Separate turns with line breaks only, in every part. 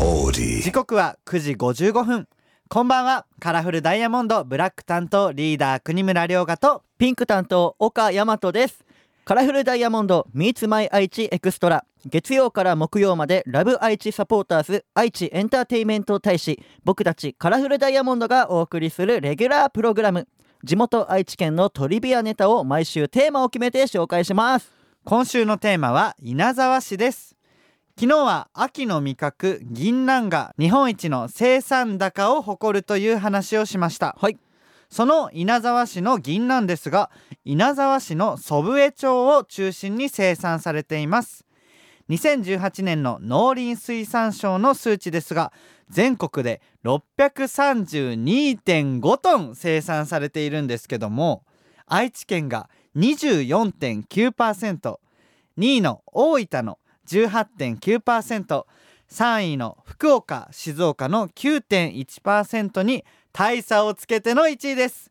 オーディ
時刻は9時55分こんばんはカラフルダイヤモンドブラック担当リーダー国村良賀と
ピンク担当岡大和ですカラフルダイヤモンド Meets My 愛知エクストラ月曜から木曜までラブ愛知サポーターズ愛知エンターテイメント大使僕たちカラフルダイヤモンドがお送りするレギュラープログラム地元愛知県のトリビアネタを毎週テーマを決めて紹介します
今週のテーマは稲沢市です昨日は秋の味覚銀杏が日本一の生産高を誇るという話をしました
はい
その稲沢市の銀杏ですが稲沢市の祖父江町を中心に生産されています2018年の農林水産省の数値ですが全国で632.5トン生産されているんですけども愛知県が24.9%、2位の大分の18.9%、3位の福岡、静岡の9.1%に大差をつけての1位です。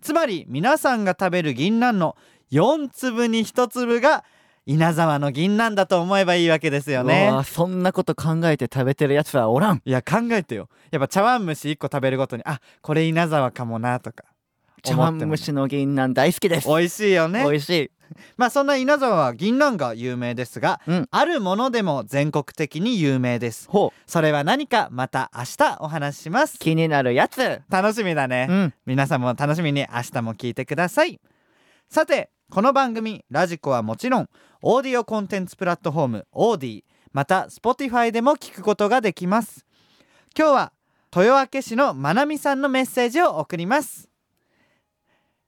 つまり皆さんが食べる銀杏の4粒に1粒が稲沢の銀杏だと思えばいいわけですよね。
うわそんなこと考えて食べてるやつはおらん
いや考えてよやっぱ茶碗蒸し1個食べるごとにあこれ稲沢かもなとか
茶碗蒸しの銀杏大好きです
美味しいよね
美味しい
まあそんな稲沢は銀杏が有名ですが、
うん
あるものでも全国的に有名です
ほう
それは何かまた明日お話しします
気になるやつ
楽しみだね、
うん
皆さんも楽しみに明日も聞いてくださいさてこの番組ラジコはもちろんオーディオコンテンツプラットフォームオーディまた Spotify でも聞くことができます今日は豊明市のまなみさんのメッセージを送ります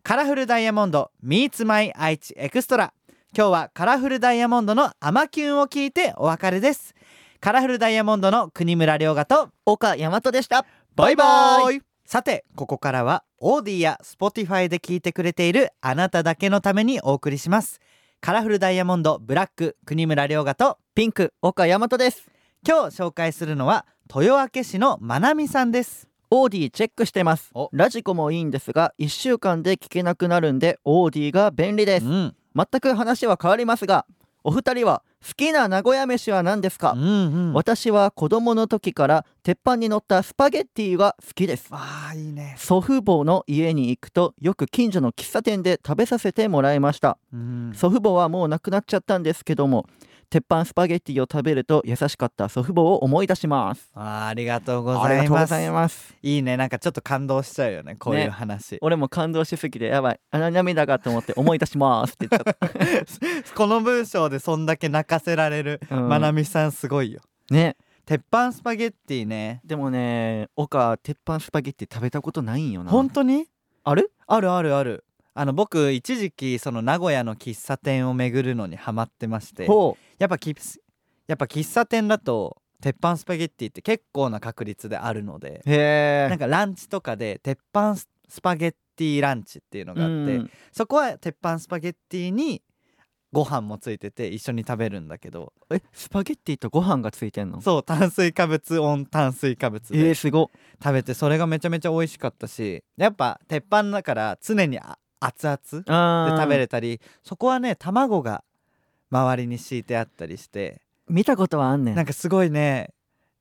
カラフルダイヤモンド Meets My 愛知エクストラ今日はカラフルダイヤモンドのアマキュンを聞いてお別れですカラフルダイヤモンドの国村良賀と
岡大和でした
バイバ
バ
イさてここからはオーディや Spotify で聞いてくれているあなただけのためにお送りしますカラフルダイヤモンドブラック国村良賀と
ピンク岡大和です
今日紹介するのは豊明市のまなみさんです
オーディチェックしてます
お
ラジコもいいんですが1週間で聞けなくなるんでオーディが便利で
う
す
ん
全く話は変わりますがお二人は好きな名古屋飯は何ですか、
うんうん
私は子供の時から鉄板に乗ったスパゲッティが好きです
あーいいね
祖父母の家に行くとよく近所の喫茶店で食べさせてもらいました
うん
祖父母はもう亡くなっちゃったんですけども鉄板スパゲッティを食べると優しかった祖父母を思い出します
あーありがとうご
あ
ざ
りが
い
とうご
ます
ざい
い
ます
いねなんかちょっと感動しちゃうよねこういう
ね
話、
俺も感動しすぎてやばいあの涙がと思って思い出しますって言っちゃっ
この文章でそんだけ泣かせられる、
うん
まなみさんすごいよ
たね
鉄板スパゲッティね
でもね岡鉄板スパゲッティ食べたことないんよな
本当に
ある
あるあるあるあの僕一時期その名古屋の喫茶店を巡るのにハマってまして
ほう
やっぱきやっぱ喫茶店だと鉄板スパゲッティって結構な確率であるので
へ
なんかランチとかで鉄板ススパゲッティランチっていうのがあって、
うん
そこは鉄板スパゲッティにご飯もついてて一緒に食べるんだけど
えスパゲッティとご飯がついてんの
そう炭水化物オン炭水化物
えー、
です
ご
食べてそれがめちゃめちゃ美味しかったしやっぱ鉄板だから常にあ熱々
あ
で
ー
食べれたりそこはね卵が周りに敷いてあったりして
見たことはあんねん
なんかすごいね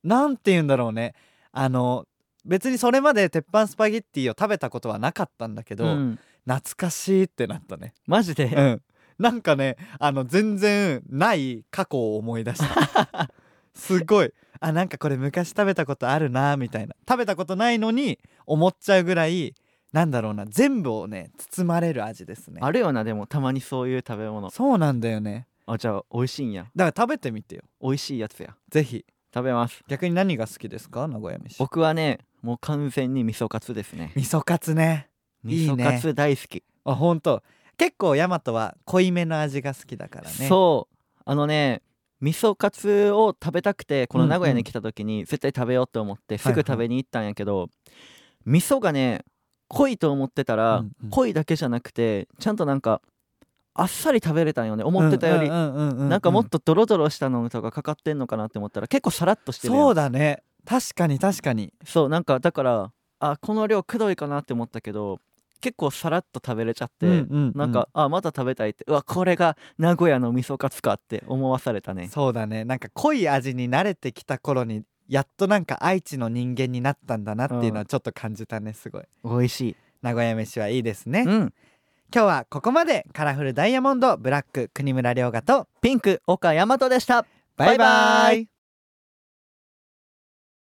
なんて言うんだろうねあの別にそれまで鉄板スパゲッティを食べたことはなかったんだけど、
うん
懐かしいってなったね、
マジで、
うん、なんかねあの全然ない過去を思い出した すごいあなんかこれ昔食べたことあるなみたいな食べたことないのに思っちゃうぐらいなんだろうな全部をね包まれる味ですね
あるよなでもたまにそういう食べ物
そうなんだよね
あじゃあ美味しいんや
だから食べてみてよ
美味しいやつや
ぜひ
食べます
逆に何が好きですか名古屋飯
僕はねもう完全に味噌カツですね
味噌カツねい
味
いね
噌カツ大好き
あ本当結構大和は濃いめの味が好きだからね
そうあのね味噌カツを食べたくてこの名古屋
うんうん
に来た時に絶対食べようと思って
はいは
す
い
ぐ食べに行ったんやけど、味噌がね濃いと思ってたら、
うんうん
濃いだけじゃなくてちゃんとなんかあっさり食べれたんよね思ってたより、
り
なんかもっとドロドロしたのとかかかってんのかなって思ったら結構さらっとしてるやん
そうだね確かに確かに
そうなんかだからあこの量くどいかなって思ったけど結構さらっと食べれちゃって、
うんうんうん
なんか、あまた食べたいってうわこれが名古屋の味噌カツかって思わされたね
そうだねなんか濃い味に慣れてきた頃にやっとなんか愛知の人間になったんだなっていうの
う
はちょっと感じたねすごい
美味しい
名古屋飯はいいですね
うん
今日はここまでカラフルダイヤモンドブラック国村良賀と
ピンク岡大和でした
バイバ
バ
バ
イバ
イバー
ー
イ
イ